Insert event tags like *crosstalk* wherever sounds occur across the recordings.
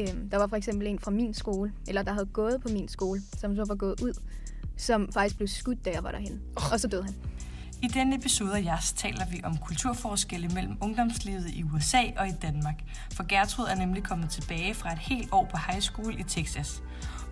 Øhm, der var for eksempel en fra min skole, eller der havde gået på min skole, som så var gået ud, som faktisk blev skudt, da jeg var derhen. Oh. Og så døde han. I denne episode af Jas taler vi om kulturforskelle mellem ungdomslivet i USA og i Danmark. For Gertrud er nemlig kommet tilbage fra et helt år på high school i Texas.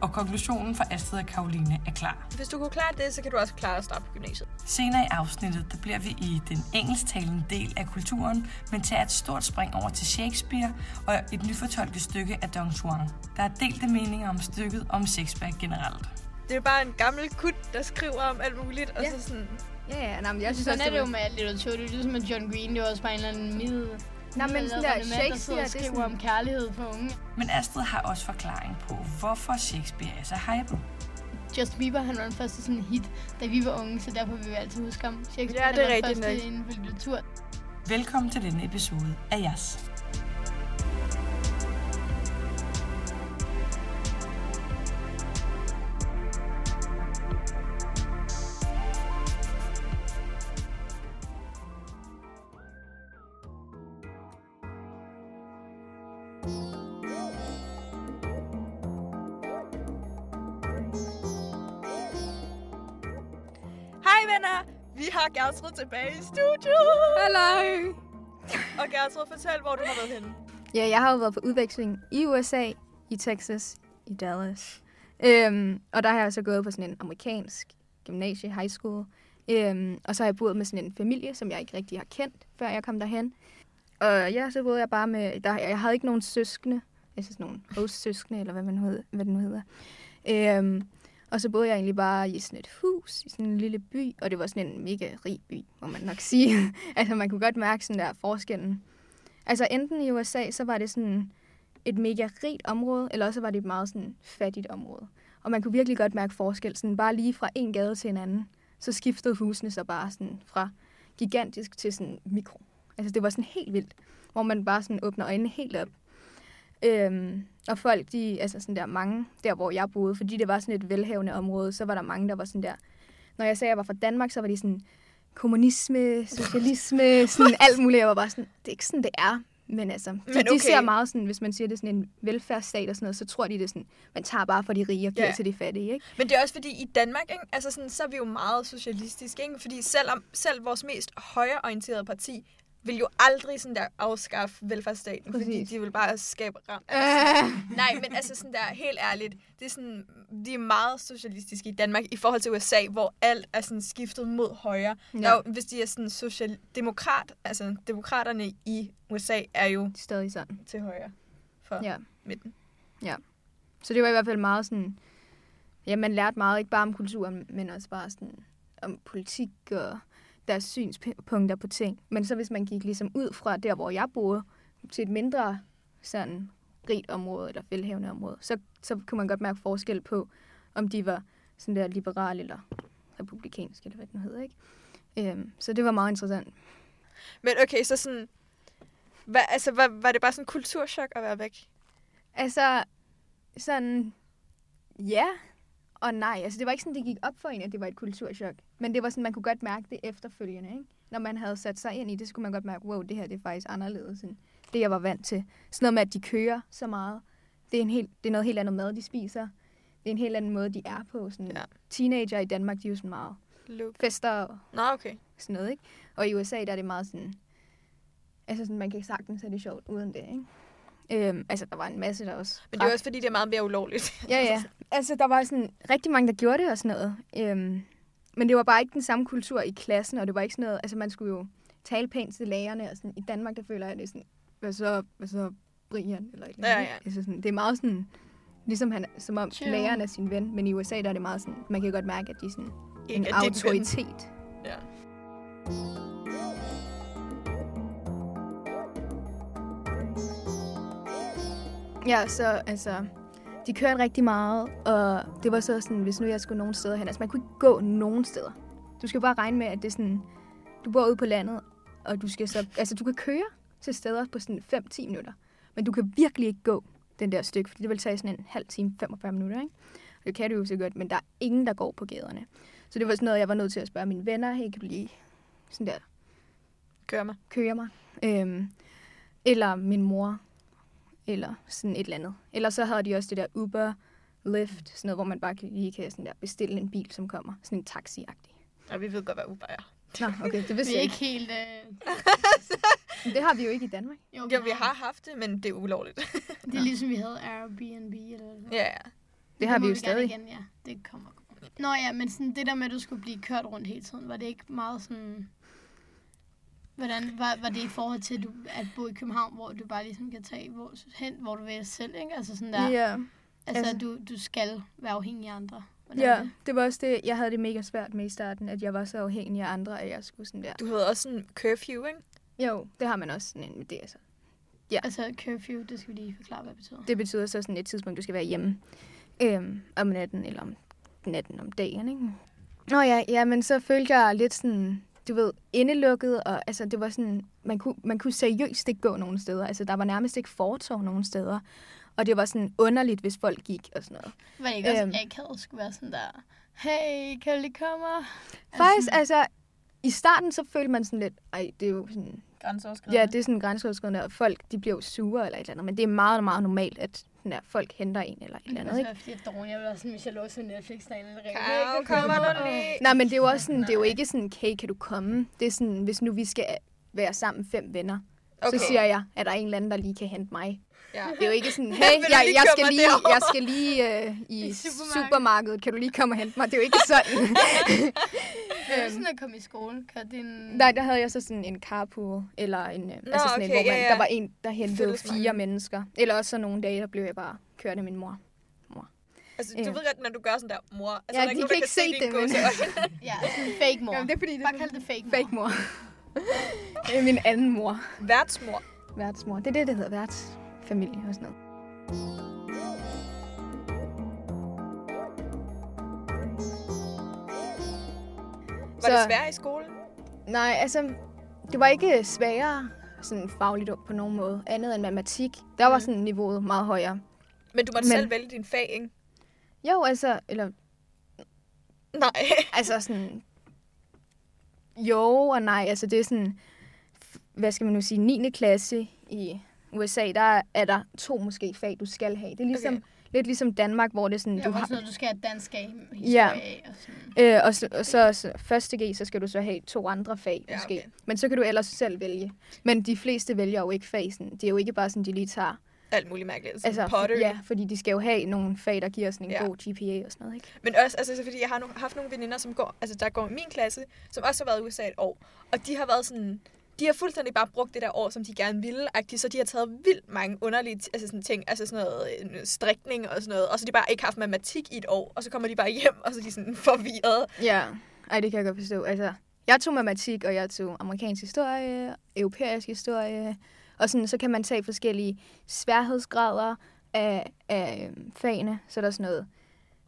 Og konklusionen for Astrid og Karoline er klar. Hvis du kunne klare det, så kan du også klare at starte på gymnasiet. Senere i afsnittet, der bliver vi i den engelsktalende del af kulturen, men tager et stort spring over til Shakespeare og et nyfortolket stykke af Don Juan. Der er delte meninger om stykket og om Shakespeare generelt. Det er bare en gammel kut, der skriver om alt muligt, og Ja. ja. så sådan... Ja, ja, nej, men jeg synes Sådan også, er det jo var- med alt litteratur. Det er ligesom med John Green, det var også bare en eller anden middel. Nej, men sådan der Shakespeare, det der er skriver sådan... om kærlighed på unge. Men Astrid har også forklaring på, hvorfor Shakespeare er så hypet. Justin Bieber, han var den første sådan hit, da vi var unge, så derfor vil vi altid huske ham. Shakespeare, Ja, det er han var den rigtigt første nok. inden for litteratur. Velkommen til denne episode af Jas. Hej venner! Vi har Gertrud tilbage i studiet! Hallo! Og Gertrud, fortæl, hvor du har været henne. Ja, jeg har jo været på udveksling i USA, i Texas, i Dallas. Øhm, og der har jeg så gået på sådan en amerikansk gymnasie, high school. Øhm, og så har jeg boet med sådan en familie, som jeg ikke rigtig har kendt, før jeg kom derhen. Og ja, så boede jeg bare med... Der, jeg havde ikke nogen søskende. Altså sådan nogle host-søskende, eller hvad, man hed, hvad det nu hedder. Øhm, og så boede jeg egentlig bare i sådan et hus, i sådan en lille by, og det var sådan en mega rig by, må man nok sige. *laughs* altså man kunne godt mærke sådan der forskellen Altså enten i USA, så var det sådan et mega rigt område, eller også var det et meget sådan fattigt område. Og man kunne virkelig godt mærke forskel, sådan bare lige fra en gade til en anden, så skiftede husene så bare sådan fra gigantisk til sådan mikro. Altså det var sådan helt vildt, hvor man bare sådan åbner øjnene helt op. Øhm, og folk, de, altså sådan der mange, der hvor jeg boede, fordi det var sådan et velhavende område, så var der mange, der var sådan der, når jeg sagde, at jeg var fra Danmark, så var de sådan, kommunisme, socialisme, sådan alt muligt. Jeg var bare sådan, det er ikke sådan, det er. Men altså, men Men de okay. ser meget sådan, hvis man siger, det er sådan en velfærdsstat og sådan noget, så tror de, det er sådan, man tager bare fra de rige og giver Ja. til de fattige, ikke? Men det er også fordi, i Danmark, ikke? Altså sådan, så er vi jo meget socialistiske, ikke? Fordi selvom, selv vores mest højreorienterede parti vil jo aldrig sådan der afskaffe velfærdsstaten, Præcis. fordi Præcis. de vil bare skabe ram. Øh. Nej, men altså sådan der, helt ærligt, det er sådan, de er meget socialistiske i Danmark i forhold til USA, hvor alt er sådan skiftet mod højre. Ja. Ja. Der, er jo- hvis de er sådan social demokrat, altså demokraterne i USA er jo Det er stadig sådan. til højre for ja. Ja. midten. Så det var i hvert fald meget sådan, ja, man lærte meget, ikke bare om kulturen, men også bare sådan om politik og deres synspunkter på ting. Men så hvis man gik ligesom ud fra der, hvor jeg boede, til et mindre sådan rigt område eller velhavende område, så, så kunne man godt mærke forskel på, om de var sådan der liberal eller republikansk, eller hvad den hedder, ikke? Øhm, så det var meget interessant. Men okay, så sådan, hvad, altså, var, var det bare sådan en kulturschok at være væk? Altså, sådan, ja og nej. Altså, det var ikke sådan, det gik op for en, at det var et kulturschok. Men det var sådan, man kunne godt mærke det efterfølgende, ikke? Når man havde sat sig ind i det, så kunne man godt mærke, wow, det her det er faktisk anderledes end det, jeg var vant til. Sådan noget med, at de kører så meget. Det er, en helt, det er noget helt andet mad, de spiser. Det er en helt anden måde, de er på. Sådan, Ja. ja. Teenager i Danmark, de er jo sådan meget Luke. fester og Nå, okay. sådan noget, ikke? Og i USA, der er det meget sådan... Altså, sådan, man kan ikke sagtens have det sjovt uden det, ikke? Øhm, altså, der var en masse, der også... Men det er jo også fordi, det er meget mere ulovligt. Ah. *laughs* Ja, ja. Altså, der var sådan rigtig mange, der gjorde det og sådan noget. Øhm, men det var bare ikke den samme kultur i klassen, og det var ikke sådan noget... Altså, man skulle jo tale pænt til lærerne, og sådan, i Danmark, der føler jeg, det er sådan... Hvad så, hvad så Brian? Eller et eller Ja, andet, ikke? ja. Altså, sådan, det er meget sådan... Ligesom han, som om Chill. læreren er sin ven, men i USA, der er det meget sådan... Man kan godt mærke, at de er sådan en Ikke, at det er en autoritet. Ja. Ja, så altså, de kørte rigtig meget, og det var så sådan, hvis nu jeg skulle nogen steder hen, altså man kunne ikke gå nogen steder. Du skal bare regne med, at det er sådan, du bor ude på landet, og du skal så, altså du kan køre til steder på sådan 5-10 minutter, men du kan virkelig ikke gå den der stykke, fordi det vil tage sådan en halv time, 45 minutter, ikke? Og det kan du jo så godt, men der er ingen, der går på gaderne. Så det var sådan noget, jeg var nødt til at spørge mine venner, hey, kan du lige sådan der Kør mig. køre mig. Øhm, eller min mor. eller sådan et eller andet. Eller så havde de også det der Uber, Lyft, sådan noget, hvor man bare kan- lige kan sådan der bestille en bil, som kommer. Sådan en taxi-agtig. Og vi ved godt, hvad Uber er. Nå, okay, det vidste Vi er jeg ikke ikke. helt... Øh... Men Det har vi jo ikke i Danmark. Jo, vi har haft det, men det er ulovligt. *laughs* Det er ligesom, vi havde Airbnb eller noget. ja, ja. Det har må vi jo gerne stadig. Igen, ja. Det kommer. Nå ja, men sådan det der med, at du skulle blive kørt rundt hele tiden, var det ikke meget sådan... Hvordan var, var det i forhold til at, du, at bo i København, hvor du bare ligesom kan tage hvor, hen, hvor du vil selv, ikke? Altså sådan der, Ja, altså, altså- altså, du, du skal være afhængig af andre. Hvordan er ja, det? det var også det, jeg havde det mega svært med i starten, at jeg var så afhængig af andre, at jeg skulle sådan der. Du havde også en curfew, ikke? Jo, det har man også sådan en med det, altså. Altså curfew, det skal vi lige forklare, hvad det betyder. Det betyder så sådan et tidspunkt, du skal være hjemme øhm, om natten, eller om natten om dagen, ikke? Nå ja, ja, men så følte jeg lidt sådan, du ved, indelukket, og altså, det var sådan, man kunne, man kunne seriøst ikke gå nogen steder. Altså, der var nærmest ikke fortov nogen steder. Og det var sådan underligt, hvis folk gik og sådan noget. Var det ikke også Øhm. øhm. akavet skulle være sådan der, hey, kan du lige komme? Faktisk, altså, i starten så følte man sådan lidt, ej, det er jo sådan, Grænseoverskridende. Ja, det er sådan grænseoverskridende, og folk de bliver jo sure eller et eller andet, men det er meget, meget normalt, at sådan der, folk henter en eller et eller andet, ikke? være, Altså, fordi jeg er dårlig. Jeg ville også sådan, hvis jeg lå til Netflix derinde, eller Kau, kommer du lige? Nej, men det er jo også sådan, det er jo ikke sådan, hey, kan du komme? Det er sådan, hvis nu vi skal være sammen fem venner, okay. Okay. så siger jeg, at der er en eller anden, der lige kan hente mig. Ja. Det er jo ikke sådan, Vil hey, du jeg, lige jeg, køre skal mig lige, derover?" jeg skal lige øh, i, I supermarkedet. supermarkedet. supermarkedet, kan du lige komme og hente mig? Det er jo ikke sådan. Det er jo sådan at komme i skole. Kan din... Nej, der havde jeg så sådan en carpool, eller en, Nå, altså sådan okay, en, hvor okay, man, ja, ja, ja. ja. der var en, der hentede Fællesmarked. fire mennesker. Eller også så nogle dage, der blev jeg bare kørt af min mor. Altså, Ja. du ved godt, når du gør sådan der, mor. Altså, Ja, der er de ikke kan nogen, der ikke se dine det, men- gåseøjne. Ja, sådan fake mor. Jamen, det er fordi, det Bare kald det fake mor. Fake mor. *laughs* det er min anden mor. Værtsmor. Værtsmor. Det er det, det hedder. Værtsfamilie og sådan noget. Var det Så- svært i skolen? Nej, altså, det var ikke sværere sådan fagligt på nogen måde, andet end matematik. Der Mm. var sådan niveauet meget højere. Men du måtte Men- selv vælge din fag, ikke? Jo, altså, eller, Nej. *laughs* altså sådan, jo og nej, altså det er sådan, hvad skal man nu sige, 9. klasse i USA, der er der to måske fag, du skal have. Det er ligesom, okay. Okay. lidt ligesom Danmark, hvor det er sådan, Det du er har... også noget, du skal have dansk af, Ja. historie af og sådan. Øh, og, så, og så, så første G, så skal du så have to andre fag, Ja, ja, måske. okay. Okay. Men så kan du ellers selv vælge. Men de fleste vælger jo ikke fag. Sådan. Det er jo ikke bare sådan, de lige tager. Alt muligt mærkeligt. Sådan altså, pottery. ja, fordi de skal jo have nogle fag, der giver sådan en Ja. ja. god GPA og sådan noget, ikke? Men også, altså, så fordi jeg har no- haft nogle veninder, som går, altså, der går i min klasse, som også har været i USA et år. Og de har været sådan, de har fuldstændig bare brugt det der år, som de gerne ville, -agtigt, så de har taget vildt mange underlige t- altså sådan ting, altså sådan noget øh, strikning og sådan noget, og så har de bare ikke haft matematik i et år, og så kommer de bare hjem, og så er de sådan forvirrede. Ja. Ej, det kan jeg godt forstå. Altså, jeg tog matematik, og jeg tog amerikansk historie, europæisk historie, og sådan, så kan man tage forskellige sværhedsgrader af, af øhm, fagene. Så er der sådan noget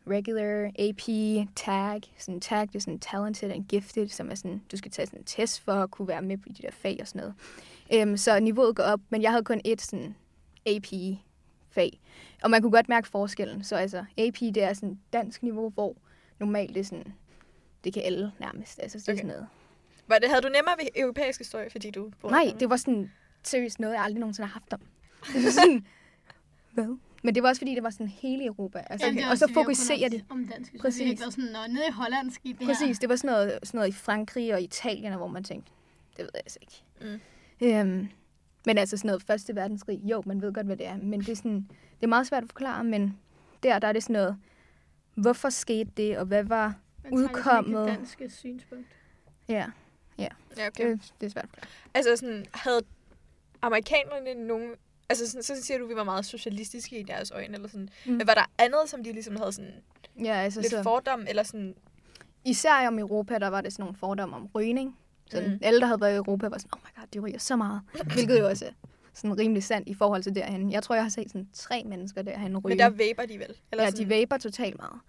regular, AP, tag. Sådan tag, det er sådan talented and gifted, som er sådan, du skal tage sådan en test for at kunne være med på de der fag og sådan noget. Øhm, så niveauet går op, men jeg havde kun et sådan AP-fag. Og man kunne godt mærke forskellen. Så altså, AP, det er sådan dansk niveau, hvor normalt det er sådan, det kan alle nærmest. Altså, det er Okay. sådan noget. Var det, havde du nemmere ved europæisk historie, fordi du bor i Nej, Danmark? det var sådan seriøst noget, jeg aldrig nogensinde har haft om. Det var sådan, *laughs* hvad? Men det var også fordi, det var sådan hele Europa. Altså, Jamen, det okay. er Og også, så fordi vi har kun fokuserer haft det. Om dansk Præcis. historie. Præcis. Vi har ikke været sådan, "Nå, nede i Holland skete det Præcis, det var sådan noget, sådan noget i Frankrig og Italien, og hvor man tænkte, det ved jeg altså ikke. Mm. Øhm, men altså sådan noget første verdenskrig, jo, man ved godt, hvad det er. Men det er, sådan, det er meget svært at forklare, men der, der er det sådan noget, hvorfor skete det, og hvad var... her. udkommet. Det danske synspunkt. Ja, Ja, okay. det, øh. det er svært at forklare. Altså sådan, havde amerikanerne nogen... Altså sådan, så siger du, vi var meget socialistiske i deres øjne, eller sådan. Mm. Mm. Men var der andet, som de ligesom havde sådan Ja, altså, lidt så- fordom, eller sådan... især om Europa, der var det sådan nogle fordomme om rygning. Sådan, Mm. mm. Alle, der havde været i Europa, var sådan, oh my god, de ryger så meget. Hvilket jo også er sådan rimelig sandt i forhold til derhen. Jeg tror, jeg har set sådan tre mennesker derhen ryge. Men der vaper de vel? Eller ja, sådan, de vaper totalt meget.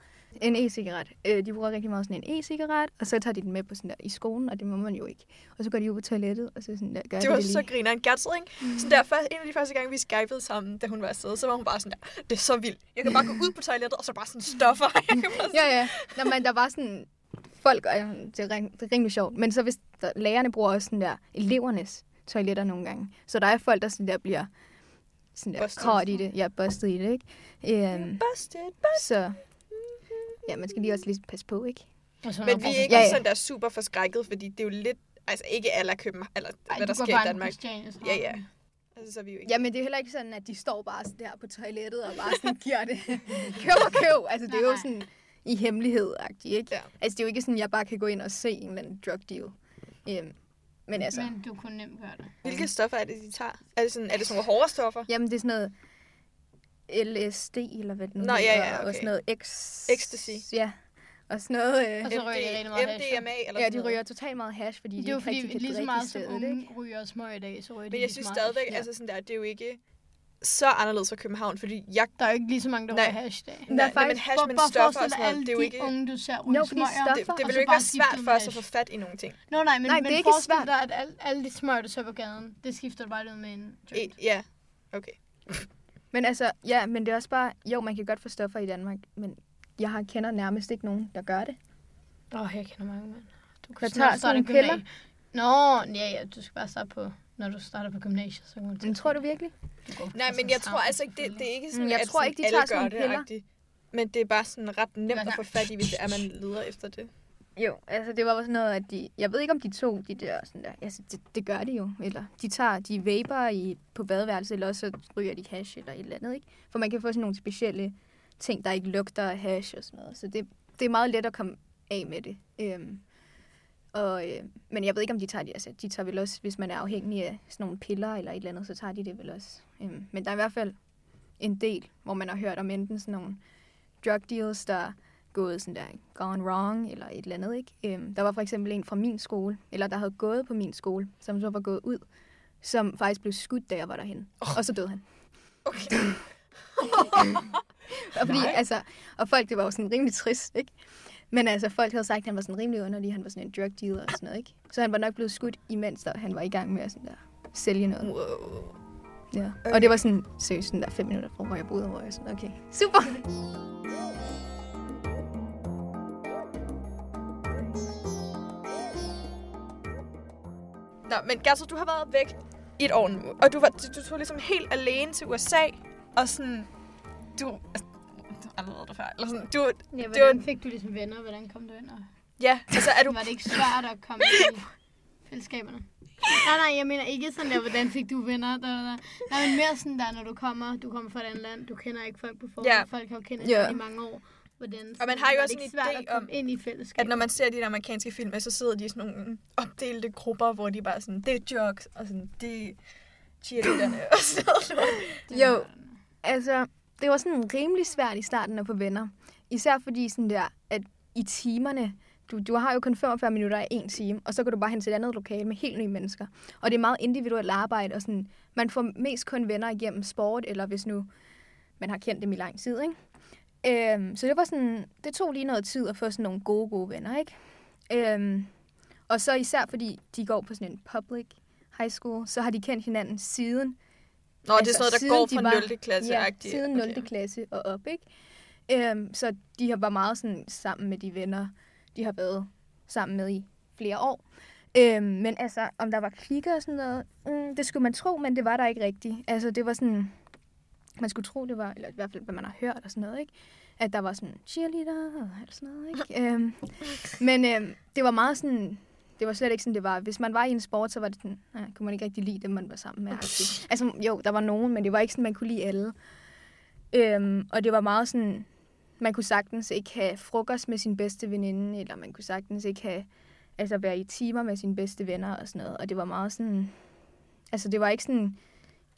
En e-cigaret. Øh, de bruger rigtig meget sådan en e-cigaret, og så tager de den med på sådan der, i skolen, og det må man jo ikke. Og så går de ud på toilettet, og så sådan der, gør det de var det lige. så grineren. Gertrud, ikke? Mm. Sådan der, først, en af de første gange, vi skypede sammen, da hun var afsted, så var hun bare sådan der, det er så vildt. Jeg kan bare gå ud på toilettet, og så bare sådan stoffer. *laughs* Jeg kan bare sådan, ja, ja. Nå, men der var sådan folk, og øh, det er, rim- det er rimelig sjovt. Men så hvis der, lærerne bruger også sådan der elevernes toiletter nogle gange. Så der er folk, der sådan der bliver sådan der Busted. kort i det. Ja, bustet i det, ikke? Øhm, Busted, busted. så ja, man skal lige også lige passe på, ikke? Og så Men vi er ikke Ja, ja, ja. ja. sådan der super forskrækket, fordi det er jo lidt... Altså ikke alle er København, eller Ej, hvad der sker i Danmark. Ja, ja. Altså, så er vi jo ikke... Jamen, det er heller ikke sådan, at de står bare sådan der på toilettet og bare sådan giver det. *laughs* køb og køb. Altså, det er jo Nej. sådan i hemmelighed ikke? Ja. Altså, det er jo ikke sådan, at jeg bare kan gå ind og se en eller anden drug deal. Øhm, men altså, Men du kunne nemt gøre det. Hvilke stoffer er det, de tager? Er det sådan, er det sådan nogle hårde stoffer? jamen, det er sådan noget LSD, eller hvad det nu Nå, ja, hedder, ja, og okay. sådan noget X... Ecstasy. Ja, og sådan noget... Øh, Og så ryger de rigtig meget hash, ja. MDMA eller ja, sådan de noget. ryger totalt meget hash, fordi Det de er jo ikke fordi, rigtig kan lige så drikke meget i som stedet, ikke? unge ryger smøg i dag, så ryger de Men jeg lige så synes meget stadigvæk, ja. altså sådan der, det er jo ikke så anderledes fra København, fordi jeg... Der er jo ikke lige så mange, der Nej. ryger hash i dag. Men der er Nej, nej, men faktisk- hash, Hvor, men hvor stoffer og forestiller sådan noget, alle det er jo de ikke... unge, du ser Nå, ryge fordi smøger? stoffer- Det, det og vil så jo ikke bare være skiftet svært med for os at hash. få fat i nogle ting. Nå nej, men, Nej, men det er ikke forestil svært. dig, at alle, alle de smøger, du ser på gaden, det skifter du bare ud med en joint. E- Ja, okay. Men altså, ja, men det er også bare... Jo, man kan godt få stoffer i Danmark, men jeg har kender nærmest ikke nogen, der gør det. Åh, oh, jeg kender mange mænd. Der Du kan tager snart starte sådan en nogle gymnasie. Nå, ja, ja, du skal bare starte på, når du starter på gymnasiet, så kan man Men tror du virkelig? Nej, men jeg tror altså ikke, det, det er ikke sådan, Mm, jeg at tror sådan ikke, de alle tager gør sådan det, piller. agtigt. Men det er bare sådan ret nemt Hvad at få fat i, hvis det er, man leder efter det. Jo, altså det var bare sådan noget, at de... Jeg ved ikke, om de to, de der sådan der... Altså, det, det gør de jo. Eller de tager de vaper i, på badeværelset, eller også så ryger de hash eller et eller andet, ikke? For man kan få sådan nogle specielle ting, der ikke lugter af hash og sådan noget. Så det, det er meget let at komme af med det. Øhm, og, øh, men jeg ved ikke, om de tager det. Altså, de tager vel også, hvis man er afhængig af sådan nogle piller eller et eller andet, så tager de det vel også. Øhm, men der er i hvert fald en del, hvor man har hørt om enten sådan nogle drug deals, der gået sådan der gone wrong eller et eller andet, ikke? Øhm, der var for eksempel en fra min skole, eller der havde gået på min skole, som så var gået ud, som faktisk blev skudt, da jeg var derhen. Oh. Og så døde han. Okay. *laughs* Og, fordi, altså, og folk, det var jo sådan rimelig trist, ikke? Men altså, folk havde sagt, at han var sådan rimelig underlig, han var sådan en drug dealer og sådan noget, ikke? Så han var nok blevet skudt, imens der, han var i gang med at sådan der, sælge noget. Wow. Ja. Okay. Okay. Og det var sådan, seriøst, sådan der fem minutter fra, hvor jeg boede, hvor jeg sådan, okay, super. Nå, men Gertrud, du har været væk i et år nu, og du, var, du, du tog ligesom helt alene til USA, og sådan, du... altså, Du har aldrig været der før, eller sådan, du... Ja, det var- hvordan fik du ligesom venner? Hvordan kom du ind? Og Ja, altså er du... var det ikke svært at komme ind i fællesskaberne? Nej, nej, jeg mener ikke sådan der, hvordan fik du venner? Da, da, da. Nej, men mere sådan der, når du kommer, du kommer fra et andet land, du kender ikke folk på forhånd, Ja. yeah. folk har jo kendt Ja. yeah. i mange år. Hvordan, Og man har jo var det også ikke en svært idé at komme om, ind i At fællesskabet. når man ser de der amerikanske film, så sidder de i sådan nogle opdelte grupper, hvor de bare sådan, det er jokes, og sådan, det er cheerleaderne, og sådan noget. Jo, altså, det var sådan rimelig svært i starten at få venner. Især fordi sådan der, at i timerne, du, du har jo kun 45 minutter af en time, og så går du bare hen til et andet lokale med helt nye mennesker. Og det er meget individuelt arbejde, og sådan, man får mest kun venner igennem sport, eller hvis nu man har kendt dem i lang tid, ikke? Øhm, så det var sådan, det tog lige noget tid at få sådan nogle gode, gode venner, ikke? Øhm, og så især fordi de går på sådan en public high school, så har de kendt hinanden siden *laughs* Nå, altså, det er sådan noget, der siden går de fra var- 0. klasse Ja, siden 0. Okay. klasse og op, ikke? Øhm, så de har været meget sådan, sammen med de venner, de har været sammen med i flere år. Øhm, men altså, om der var klikker og sådan noget, mm, det skulle man tro, men det var der ikke rigtigt. Altså, det var sådan, man skulle tro, det var, eller i hvert fald, hvad man har hørt og sådan noget, ikke? At der var sådan cheerleader og alt sådan noget, *laughs* ikke? øhm, men øhm, det var meget sådan, det var slet ikke sådan, det var. Hvis man var i en sport, så var det sådan, nej, kunne man ikke rigtig lide dem, man var sammen med. agtigt. Altså, jo, der var nogen, men det var ikke sådan, man kunne lide alle. Øhm, og det var meget sådan, man kunne sagtens ikke have frokost med sin bedste veninde, eller man kunne sagtens ikke have, altså være i timer med sine bedste venner og sådan noget. Og det var meget sådan, altså det var ikke sådan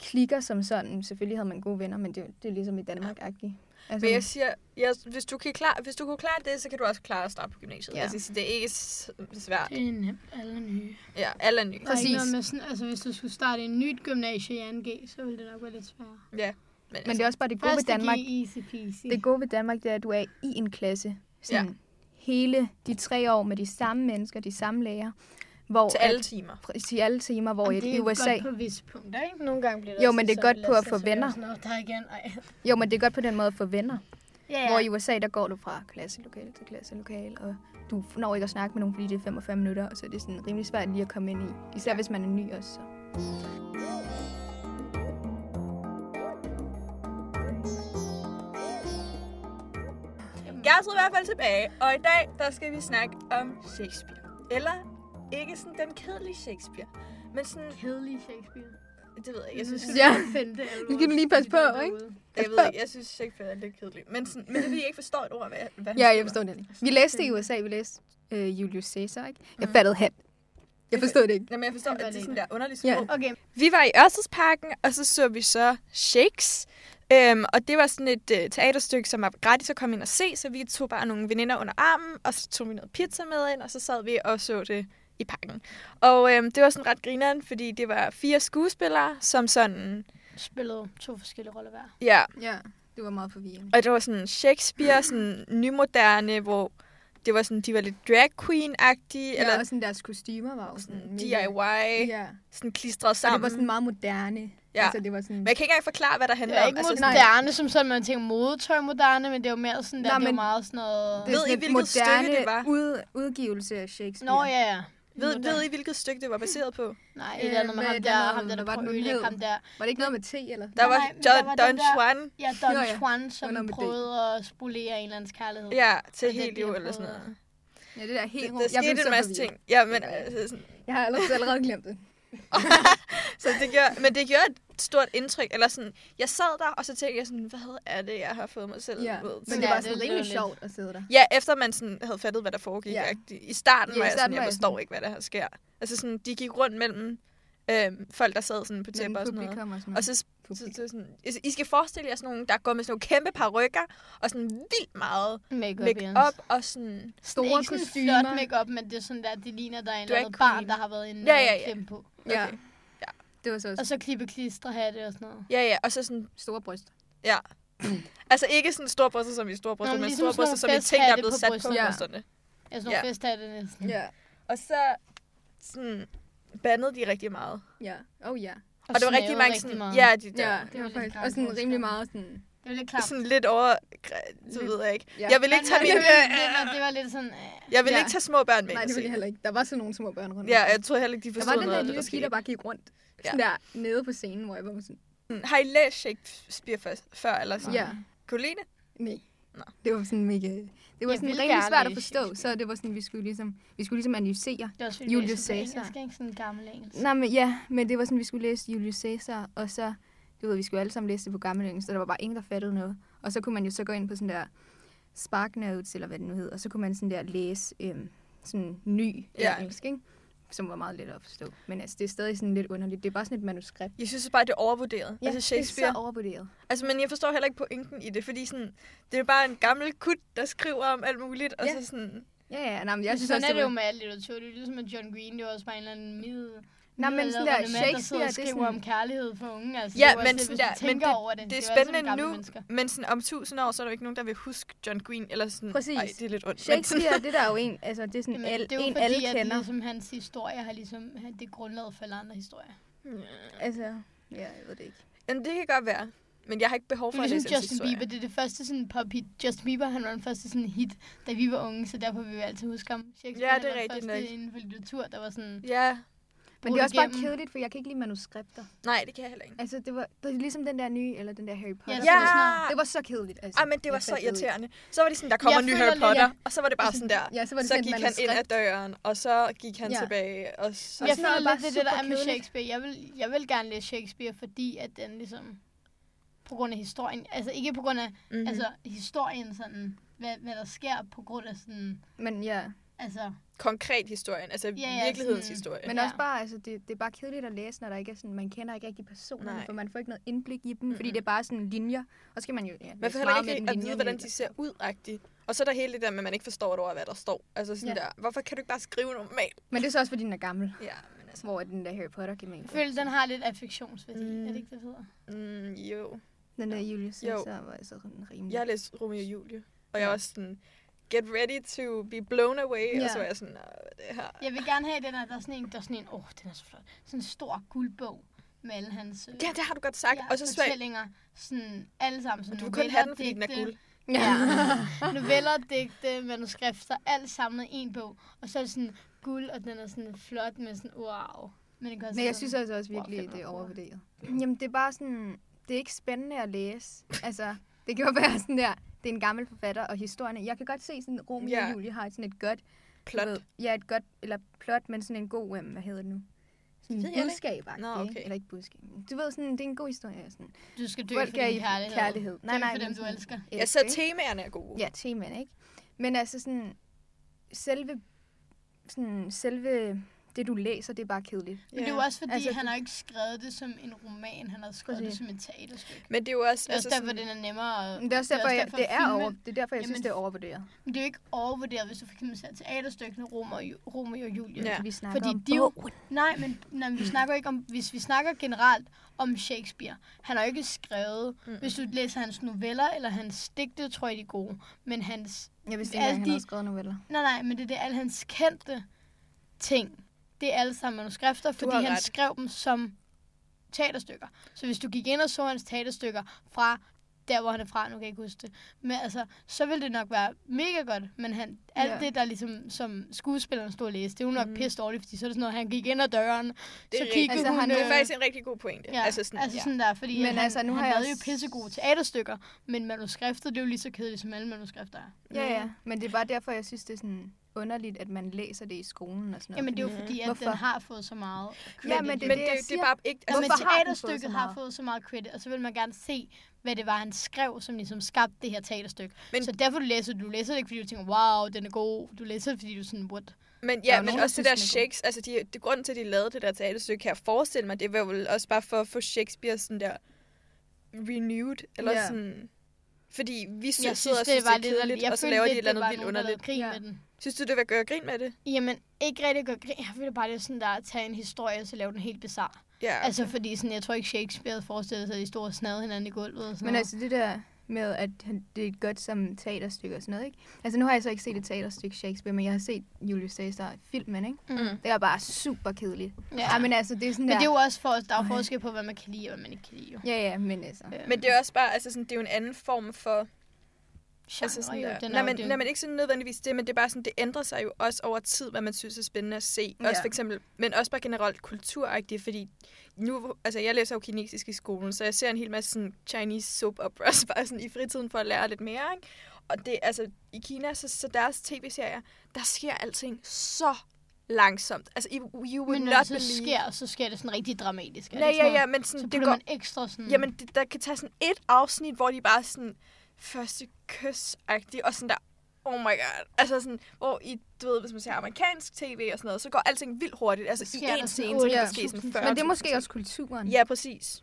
klikker som sådan. Selvfølgelig havde man gode venner, men det, det er ligesom i Danmark-agtigt. Altså, Men jeg siger, jeg, hvis, du kan klare, hvis du kunne klare det, så kan du også klare at starte på gymnasiet. Ja. Ja. Altså, jeg siger, det er ikke s- svært. Det er nemt, alle nye. Ja, alle er nye. Der er ikke Præcis. noget med sådan, altså hvis du skulle starte en nyt gymnasie i 2G, så ville det nok være lidt sværere. Ja. altså, men det er også bare det gode ved Første G, Danmark. easy peasy. Det gode ved Danmark, det er, at du er i en klasse. Sådan ja. hele de tre år med de samme mennesker, de samme læger. Hvor til alle timer. At, til alle timer, hvor Jamen, i i USA... Det er jo godt på visse punkter, ikke? Nogle gange bliver det Jo, også men det er sådan, godt på lad at os få da sætte venner. os ned. Der er igen, ej. Jo, men det er godt på den måde at få venner. Ja, Ja. ja. Hvor i USA, der går du fra klasselokale til klasselokale, og du når ikke at snakke med nogen, fordi det er 45 minutter, og så er det sådan rimelig svært lige at komme ind i. Især hvis man er ny også. Så. tog i hvert fald tilbage, og i dag, der skal vi snakke om Shakespeare. Eller ikke sådan den kedelige Shakespeare, men sådan, Kedelig Shakespeare. det ved jeg ikke, jeg synes, Ja. Finde det alvor. Nu skal du lige passe på, ikke? jeg, ved ikke, jeg synes Shakespeare er lidt kedelig. Men, sådan, men det er fordi, jeg ikke forstår et ord, hvad, hvad han Ja, jeg skriver. forstår det ikke. Vi læste i USA, vi læste øh, Julius Caesar, ikke? Jeg fattede han. Jeg forstod det ikke. Jamen, jeg forstår, Han at gør det er det sådan ikke. der underligt Ja. sprog. Okay, Vi var i Ørstedsparken, og så så vi så Shakes. Øhm, og det var sådan et øh, teaterstykke, som var gratis at komme ind og se, så vi tog bare nogle veninder under armen, og så tog vi noget pizza med ind, og så sad vi og så det i parken. Og øhm, det var sådan ret grineren, fordi det var fire skuespillere, som sådan... spillede to forskellige roller hver. Ja, Ja, det var meget forvirrende. og det var sådan Shakespeare, sådan nymoderne, hvor det var sådan, de var lidt drag queen-agtige, ja, Ja, eller Mm, og sådan deres kostymer var jo sådan... sådan mega- DIY, ja. Ja, sådan klistret og sammen. det var sådan meget moderne. Ja. Altså, det var sådan... Men jeg kan ikke engang forklare, hvad der handler Det er om. ikke Altså, sådan- moderne, som sådan, man tænker modetøj moderne, men det er jo mere sådan der, Nej, det er jo men- meget sådan noget... Det er Ved I, sådan et hvilket stykke moderne det var? Ud, udgivelse af Shakespeare. Nå ja, ja. Ved, Moderne. ved I, hvilket stykke det var baseret på? Nej, Øh, et eller andet med med ham et der, eller andet- ham der, hvad der var det nu, prøvede at den ødelægge hed? ham der. Var det ikke noget med te, eller? Der Nej, var nej, men der var John, den Don der- Juan. Ja, Don Nå, ja. Juan, som Under med prøvede at spolere en eller andens kærlighed. Ja, til Og det er det, Helio jeg eller sådan prøver. noget. Ja, det der helt Der Jeg blev skete så en masse forvirret. ting. Ja, men, altså, sådan, Jeg har allerede, allerede glemt *laughs* det. så det gjorde, men det gjorde et stort indtryk. Eller sådan, jeg sad der, og så tænkte jeg sådan, hvad er det, jeg har fået mig selv Ja. ja. ved? Men til? det Ja, var det sådan blev rimelig lidt- sjovt at sidde der. Ja, efter man sådan havde fattet, hvad der foregik. Ja. Ja. I starten Ja, var i jeg starten sådan, var jeg jeg forstår sådan- ikke, hvad der her sker. Altså sådan, de gik rundt mellem øhm, folk, der sad sådan på tæpper og sådan noget. og sådan Og så, så, så, sådan, I- I skal forestille jer sådan nogle, der går med sådan nogle kæmpe parrykker og sådan vildt meget Make-up, make-up og sådan... Store store ikke sådan kostymer. flot make-up, men det er sådan der, det ligner, der er en eller Drag anden barn, queen. der har været en Ja, øh, ja, ja. klemme på. Ja. Okay. Det var så Og så klippe klisterhatte og sådan noget. Ja, ja, og så sådan store bryster. Ja. altså ikke sådan store bryster som i store bryster, Nå, men, men men ligesom store sådan bryster som i nogle ting, der er festhatte blevet på sat på brysterne. Ja. brysterne. Ja, sådan nogle Ja. festhatte næsten. Mm. Ja, Og så sådan bandede de rigtig meget. ja. Oh ja. Og, og det var rigtig snavede mange sådan, ja, de der, Ja, ja. det var var faktisk lidt gammel også sådan forskel. rimelig meget sådan... Det var lidt klamt. sådan lidt over, så ved jeg ikke. Ja. Jeg vil ikke tage Men- mine, men- men- men Det var lidt sådan... øh, jeg vil Ja. ikke tage små børn med. Nej, ind det ville og se jeg heller ikke. Der var sådan nogle små børn rundt. Ja, jeg tror heller ikke, de der var forstod den noget der af det, lille der pige, der skete. bare gik rundt. Sådan der nede på scenen, hvor jeg var sådan... Mm, Har I læst Shakespeare først, før? Eller sådan? Ja. Kunne du lide det? Nej. Nå. Det var sådan mega... Det var Jeg sådan ville rimelig gerne svært at læse forstå, så Shakespeare. det var sådan, vi skulle ligesom, vi skulle ligesom analysere. Det var også fordi, Julius det var sådan på Caesar. engelsk, ikke? Sådan en gammel engelsk. Nej, men ja, men det var sådan, vi skulle læse Julius Caesar, og så, du ved, vi skulle alle sammen læse det på gammel engelsk, og der var bare ingen, der fattede noget. Og så kunne man jo så gå ind på sådan der Spark Notes, eller hvad det nu hedder, og så kunne man sådan der læse øhm, sådan ny Ja. ja. engelsk, ikke? som var meget let at forstå. Men altså, det er stadig sådan lidt underligt. Det er bare sådan et manuskript. Jeg synes bare, det er overvurderet. Ja, altså Shakespeare. det er så overvurderet. Altså, men jeg forstår heller ikke pointen i det, fordi sådan, det er bare en gammel kut, der skriver om alt muligt, og Ja. så sådan... Ja, ja, nej, men jeg Jeg synes synes sådan også, er det jo med al litteratur. Det er ligesom med John Green, det var også bare en eller anden mid... Nå, men sådan der midaldrende mand, der Shakespeare, sidder og det er skriver sådan- om kærlighed for unge. Altså, Ja, det er jo også men det, sådan hvis der- man men tænker det- over det. det er jo alle sammen spændende gamle nu, mennesker. Men sådan, om tusind år, så er der jo ikke nogen, der vil huske John Green. Eller sådan, Præcis. Ej, det er lidt ondt. men *laughs* sådan- Shakespeare, det der er jo en, altså det er sådan Jamen, al, det er jo en, fordi, alle at kender. ligesom, hans historie har ligesom, han- det er grundlaget for alle andre historier. Altså, ja, jeg ved det ikke. Men det kan godt være. Men jeg har ikke behov Det for er at læse ligesom hans Justin historie. Bieber, det er det første sådan pop hit. Justin Bieber, han var den første sådan hit, da vi var unge, så derfor vil vi altid huske ham. Shakespeare, Ja, han det er var den rigtigt første nok. inden for litteratur, der var sådan... Ja. Men det er også bare igennem. kedeligt, for jeg kan ikke lide manuskripter. Nej, det kan jeg heller ikke. Altså, det var, det var ligesom den der nye, eller den der Harry Potter. Ja. Det var så kedeligt. Altså. Ej, men det var Jeg så fandt ud. irriterende. Så var det sådan, der kommer Jeg en ny føler Harry lidt, Potter, ja. Altså, og så var det bare sådan der. Ja, så var det Så sådan et gik han ind ad manuskript. døren, og så gik han Ja. tilbage. Og så... altså, Jeg sådan noget Altså, er føler bare lidt, det er det, der er med superkedeligt. Shakespeare. Jeg vil, jeg vil gerne læse Shakespeare, fordi at den ligesom... På grund af historien. Altså ikke på grund af Mhm. mm-hmm. altså, historien sådan... Hvad, hvad der sker på grund af sådan... Men ja, Altså, Konkret historien, altså ja, virkelighedens sådan- historie. men Ja. også bare, altså, det, det er bare kedeligt at læse, når der ikke er sådan, man kender ikke rigtig personerne, Nej. for man får ikke noget indblik i dem, fordi det er bare sådan linjer, og så skal man jo ja, Man læse får heller meget med ikke den at linje, vide, hvordan men- de ser ud, agtigt. Og så er der hele det der med, at man ikke forstår et ord, hvad der står. Altså sådan Ja. der, hvorfor kan du ikke bare skrive normalt? Men det er så også, fordi den er gammel, Ja, men altså, hvor den der Harry Potter giver mig. jeg føler, den har lidt affektionsværdi. Mm. Mm. Er det ikke, det det hedder? mm, jo. Den der Julius Jo. Caesar var altså sådan rimelig. Jeg har læst Romeo og Julie, og jeg er også sådan, get ready to be blown away, Ja. og så var jeg sådan, "Nå, hvad er det her? Jeg vil gerne have den her, der er sådan en, der er sådan en, åh, oh, den er så flot. Sådan en stor guldbog med alle hans øh, Ja, det har du godt sagt. ja, og så spørger jeg, fortællinger. Sådan alle sammen. Sådan du vil kun have den, fordi den er noveller, guld. *laughs* Ja. *laughs* Noveller, digte, manuskrifter, alt samlet i en bog. Og så er det sådan guld, og den er sådan flot med sådan wow. Men, den kan også Men jeg sådan- synes altså også virkelig, Hvor at det er finder du overvurderet. Jamen, det er bare sådan... Det er ikke spændende at læse. Altså, det kan jo være sådan der... det er en gammel forfatter, og historierne... Jeg kan godt se, sådan Romeo Ja. og Julie har sådan et godt... du Plot. ved- Ja, et godt... Eller plot, men sådan en god... Øhm, hvad hedder det nu? Sådan ved det jeg ikke. budskab Nå, okay. Eller ikke budskab. men Du ved sådan, det er en god historie. og Sådan. Du skal dø Folk for er din i kærlighed. kærlighed. Nej, Dø nej, for men dem, du sådan- elsker. Ja, så temaerne er gode. Ja, temaen, ikke? Men altså sådan, selve, sådan, selve det, du læser, det er bare kedeligt. Men det er Ja. jo også fordi, Altså, altså, han har ikke skrevet det som en roman, han har skrevet Præcis. det som et teaterstykke. Men det er jo også... Det er også derfor, Altså sådan- den er nemmere. at- Men det er også derfor, jeg, det er, filmen- over, det er derfor, jeg synes, Jamen, det er overvurderet. Men det er jo ikke overvurderet, hvis du for eksempel ser teaterstykkene Romeo og, Ju- Romeo og Julie. Ja. Ja. Vi snakker Fordi om de er jo- bogen. Nej, men, nej, men vi snakker ikke om, hvis vi snakker generelt om Shakespeare. Han har jo ikke skrevet, mm. hvis du læser hans noveller eller hans digte, tror jeg, de er gode. Men hans, Jeg vidste Men ikke, at alle han de- havde skrevet noveller. nej, nej, men det er det, alle hans kendte ting, det er alle sammen manuskrifter, fordi har han ret. skrev dem som teaterstykker. Så hvis du gik ind og så hans teaterstykker fra der, hvor han er fra, nu kan jeg ikke huske det, men altså, så ville det nok være mega godt, men han, alt Ja. det, der ligesom, som skuespilleren stod og læste, det er jo nok mm. pisse dårligt, fordi så er det sådan noget, han gik ind ad døren, så rigtigt. kiggede Altså, hun... han- Det Øh, er faktisk en rigtig god pointe. Ja, Altså sådan, altså ja. sådan der, fordi Men men han, altså, nu han har jeg lavede jo også- pissegode teaterstykker, men manuskriftet, det er jo lige så kedeligt, som alle manuskrifter er. Ja, ja. Men det er bare derfor, jeg synes, det er sådan underligt, at man læser det i skolen og sådan noget. Jamen, det er jo fordi, at Hvorfor? den har fået så meget credit. men det er men det, det, jeg det, siger. er bare ikke... altså Nå, Hvorfor men har den fået teaterstykket så har, meget? fået så meget credit, og så vil man gerne se, hvad det var, han skrev, som ligesom skabte det her teaterstykke. Men- Men, så derfor du læser det. Du læser det ikke, fordi du tænker, wow, den er god. Du læser det, fordi du er sådan, what? Men Der er ja, jo nogen, men der også det der synes, den er god. Shakes, altså de, det grunden til, at de lavede det der teaterstykke, kan jeg forestille mig, det var vel også bare for at få Shakespeare sådan der renewed, eller Ja. yeah. sådan... Fordi vi synes, Jeg sidder og synes, det, det er kedeligt, jeg og så følte laver de et lidt, eller det andet var vildt nogen, der lavede underligt. Grin Ja. med den. Synes du, det var gøre grin med det? Jamen, ikke rigtig gør grin. Jeg føler bare, det er sådan der, at tage en historie, og så lave den helt bizarre. Ja. Altså, fordi sådan, jeg tror ikke, Shakespeare havde forestillet sig, at de stod og snadede hinanden i gulvet. Og sådan Men noget. altså det der med, at han- det er godt som teaterstykke og sådan noget, ikke? Altså nu har jeg så ikke set et teaterstykke Shakespeare, men jeg har set Julius Caesar filmen, ikke? Mm. Det er bare super kedeligt. Ja. Ja. men altså, det er sådan men der... det er jo også for, der er jo Ej. forskel på, hvad man kan lide og hvad man ikke kan lide. Jo. Ja, ja, men altså... Men mm. det er også bare, altså sådan, det er jo en anden form for... Genre, Altså sådan jo, der, den er nej, jo- men, det er jo- nej, men ikke sådan nødvendigvis det, men det er bare sådan, det ændrer sig jo også over tid, hvad man synes er spændende at se. Også Ja. for eksempel, men også bare generelt kulturagtigt, fordi nu, altså jeg læser jo kinesisk i skolen, så jeg ser en hel masse sådan Chinese soap operas *laughs* bare sådan i fritiden for at lære lidt mere, ikke? Og det, altså, i Kina, så, så deres tv-serier, der sker alting så langsomt. Altså, I, you would men når not det så believe. sker, så sker det sådan rigtig dramatisk. Er Nej, det ja, sådan ja, noget- men Så sådan, det putter går man ekstra Mm. sådan... Jamen, det, der kan tage sådan et afsnit, hvor de bare sådan første kys og sådan der, oh my god. Altså sådan, hvor i, du ved, hvis man ser amerikansk tv og sådan noget, så går alting vildt hurtigt. Altså Så i sker der en sådan scene, så kan der 8.000 ske sådan ting. 40 Men det er måske også kulturen. Ja, præcis.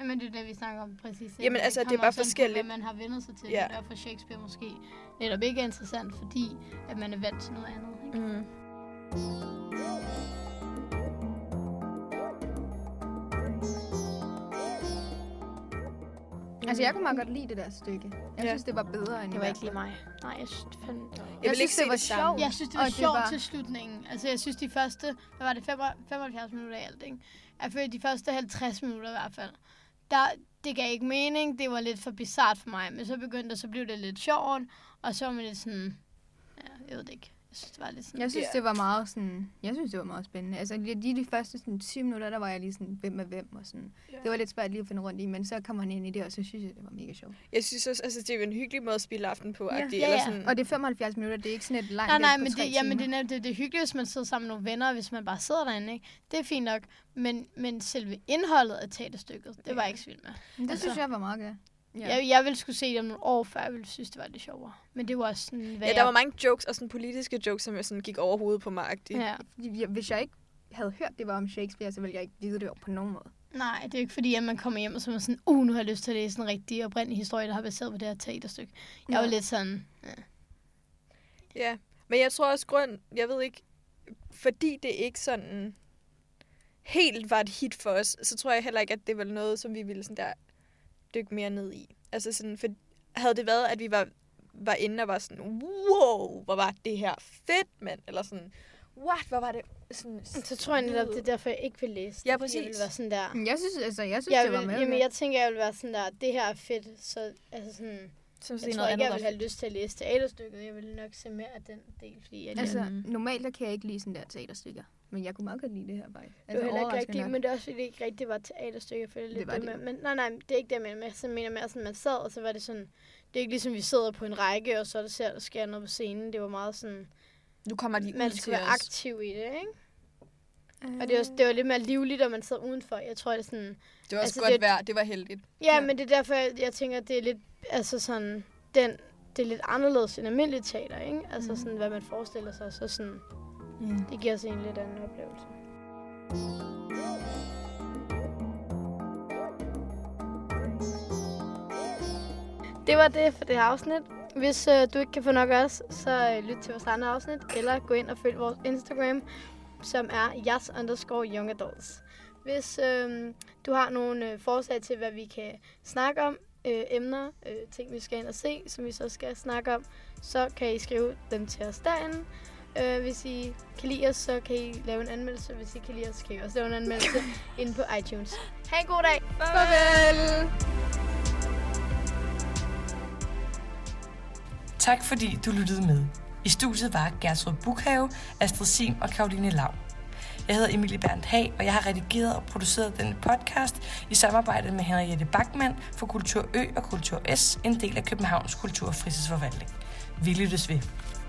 Jamen, det er det, vi snakker om præcis. ikke? Jamen, altså, det er kommer bare også an på, forskelligt. Hvad man har vendt sig til. Ja. Ja. Derfor Shakespeare måske netop ikke er interessant, fordi at man er vant til noget andet. Ikke? Mm. Altså, jeg kunne meget godt lide det der stykke. Jeg Ja. synes, det var bedre Mm, end i hvert fald. mig. Nej, jeg synes, det fandme... Jeg, vil synes, ikke sige det var det samme. sjovt. Jeg synes, det og var sjovt var... til slutningen. Altså, jeg synes, de første, hvad var det, fem- 75 minutter af alt, ikke? Jeg føler, de første 50 minutter i hvert fald, der, det gav ikke mening, det var lidt for bizart for mig, men så begyndte det, så blev det lidt sjovt, og så var man lidt sådan, ja, jeg ved det ikke. Jeg synes, det var lidt sådan, Jeg synes, Ja. det var meget sådan... Jeg synes, det var meget spændende. Altså, lige lige de første sådan, 20 minutter, der var jeg lige sådan, hvem er hvem og sådan. Det var lidt svært lige at finde rundt i, men så kom han ind i det, og så synes jeg, det var mega sjovt. Jeg synes også, altså, det er jo en hyggelig måde at spille aften på. Ja. Ja, Eller ja. sådan, Og det er 75 minutter, det er ikke sådan et langt Mm. Nej, nej, løb på men tre det, jamen, det, timer. er nemt. det, det er hyggeligt, hvis man sidder sammen med nogle venner, hvis man bare sidder derinde, ikke? Det er fint nok, men, men selve indholdet af teaterstykket, det var jeg ikke så vild med. Men det altså- synes jeg var meget godt. Ja. Ja. Jeg, jeg ville skulle se det om nogle år, før jeg ville synes, det var lidt sjovere. Men det var også sådan, hvad ja, der jeg- var mange jokes og sådan politiske jokes, som jeg sådan gik over hovedet på mig. Ja. ja. Fordi jeg- Hvis jeg ikke havde hørt, det var om Shakespeare, så ville jeg ikke vide det på nogen måde. Nej, det er jo ikke fordi, at man kommer hjem og så er man sådan, uh, nu har jeg lyst til at læse en rigtig oprindelig historie, der har baseret på det her teaterstykke. Jeg var Nå. lidt sådan, ja. ja. Men jeg tror også grund, jeg ved ikke, fordi det ikke sådan helt var et hit for os, så tror jeg heller ikke, at det var noget, som vi ville sådan der dykke mere ned i. Altså sådan, for havde det været, at vi var, var inde og var sådan, wow, hvor var det her fedt, mand, eller sådan, what, hvor var det sådan... Så tror jeg netop, det er derfor, jeg ikke vil læse det. Ja, fordi Jeg præcis. ville være sådan der. Men Jeg synes, altså, jeg synes, Jeg, det var vil, med. Mm. jamen, jeg tænker, jeg vil være sådan der, det her er fedt, så altså sådan, Som jeg tror ikke, jeg ville have lyst til at læse teaterstykket. Jeg ville nok se mere af den del, fordi jeg altså, altså, normalt der kan jeg ikke lide sådan der teaterstykker. Men jeg kunne meget godt lide det her, faktisk. det var Altså, heller ikke overraskende rigtigt, nok. men det er også fordi, det ikke rigtigt var et teaterstykke. Jeg føler lidt var det, det med, jo. men nej, nej, det er ikke det, jeg mener. Men Jeg sådan mener mere, sådan, man sad, og så var det sådan, Det er ikke ligesom, vi sidder på en række, og så er der ser, der sker noget på scenen. Det var meget sådan, Nu kommer de man ud skulle til være os. aktiv i det, ikke? Og det var, det var lidt mere livligt, og man sad udenfor. Jeg tror, det er sådan... Det var også altså, godt det- vejr. Det var heldigt. Ja, men det er derfor, jeg, jeg tænker, at det er lidt, altså sådan, den, det er lidt anderledes end almindelig teater, ikke? Altså sådan, hvad man forestiller sig, så sådan, Mm. det giver os en lidt anden oplevelse. Det var det for det her afsnit. Hvis øh, du ikke kan få nok af os, så øh, lyt til vores andre afsnit, eller gå ind og følg vores Instagram, som er jas underscore young adults. Hvis øh, du har nogle øh, forslag til, hvad vi kan snakke om, øh, emner, øh, ting vi skal ind og se, som vi så skal snakke om, så kan I skrive dem til os derinde. Øh, hvis I kan lide os, så kan I lave en anmeldelse. Hvis I kan lide os, kan I også lave en anmeldelse inde på iTunes. Ha' en god dag! Farvel! Tak fordi du lyttede med. I studiet var Gertrud Bukhave, Astrid Sim og Karoline Lav. Jeg hedder Emilie Berndt Hag, og jeg har redigeret og produceret denne podcast i samarbejde med Henriette Bachmann for Kultur Ø og Kultur S, en del af Københavns Kultur- og Fritidsforvaltning. Vi lyttes ved.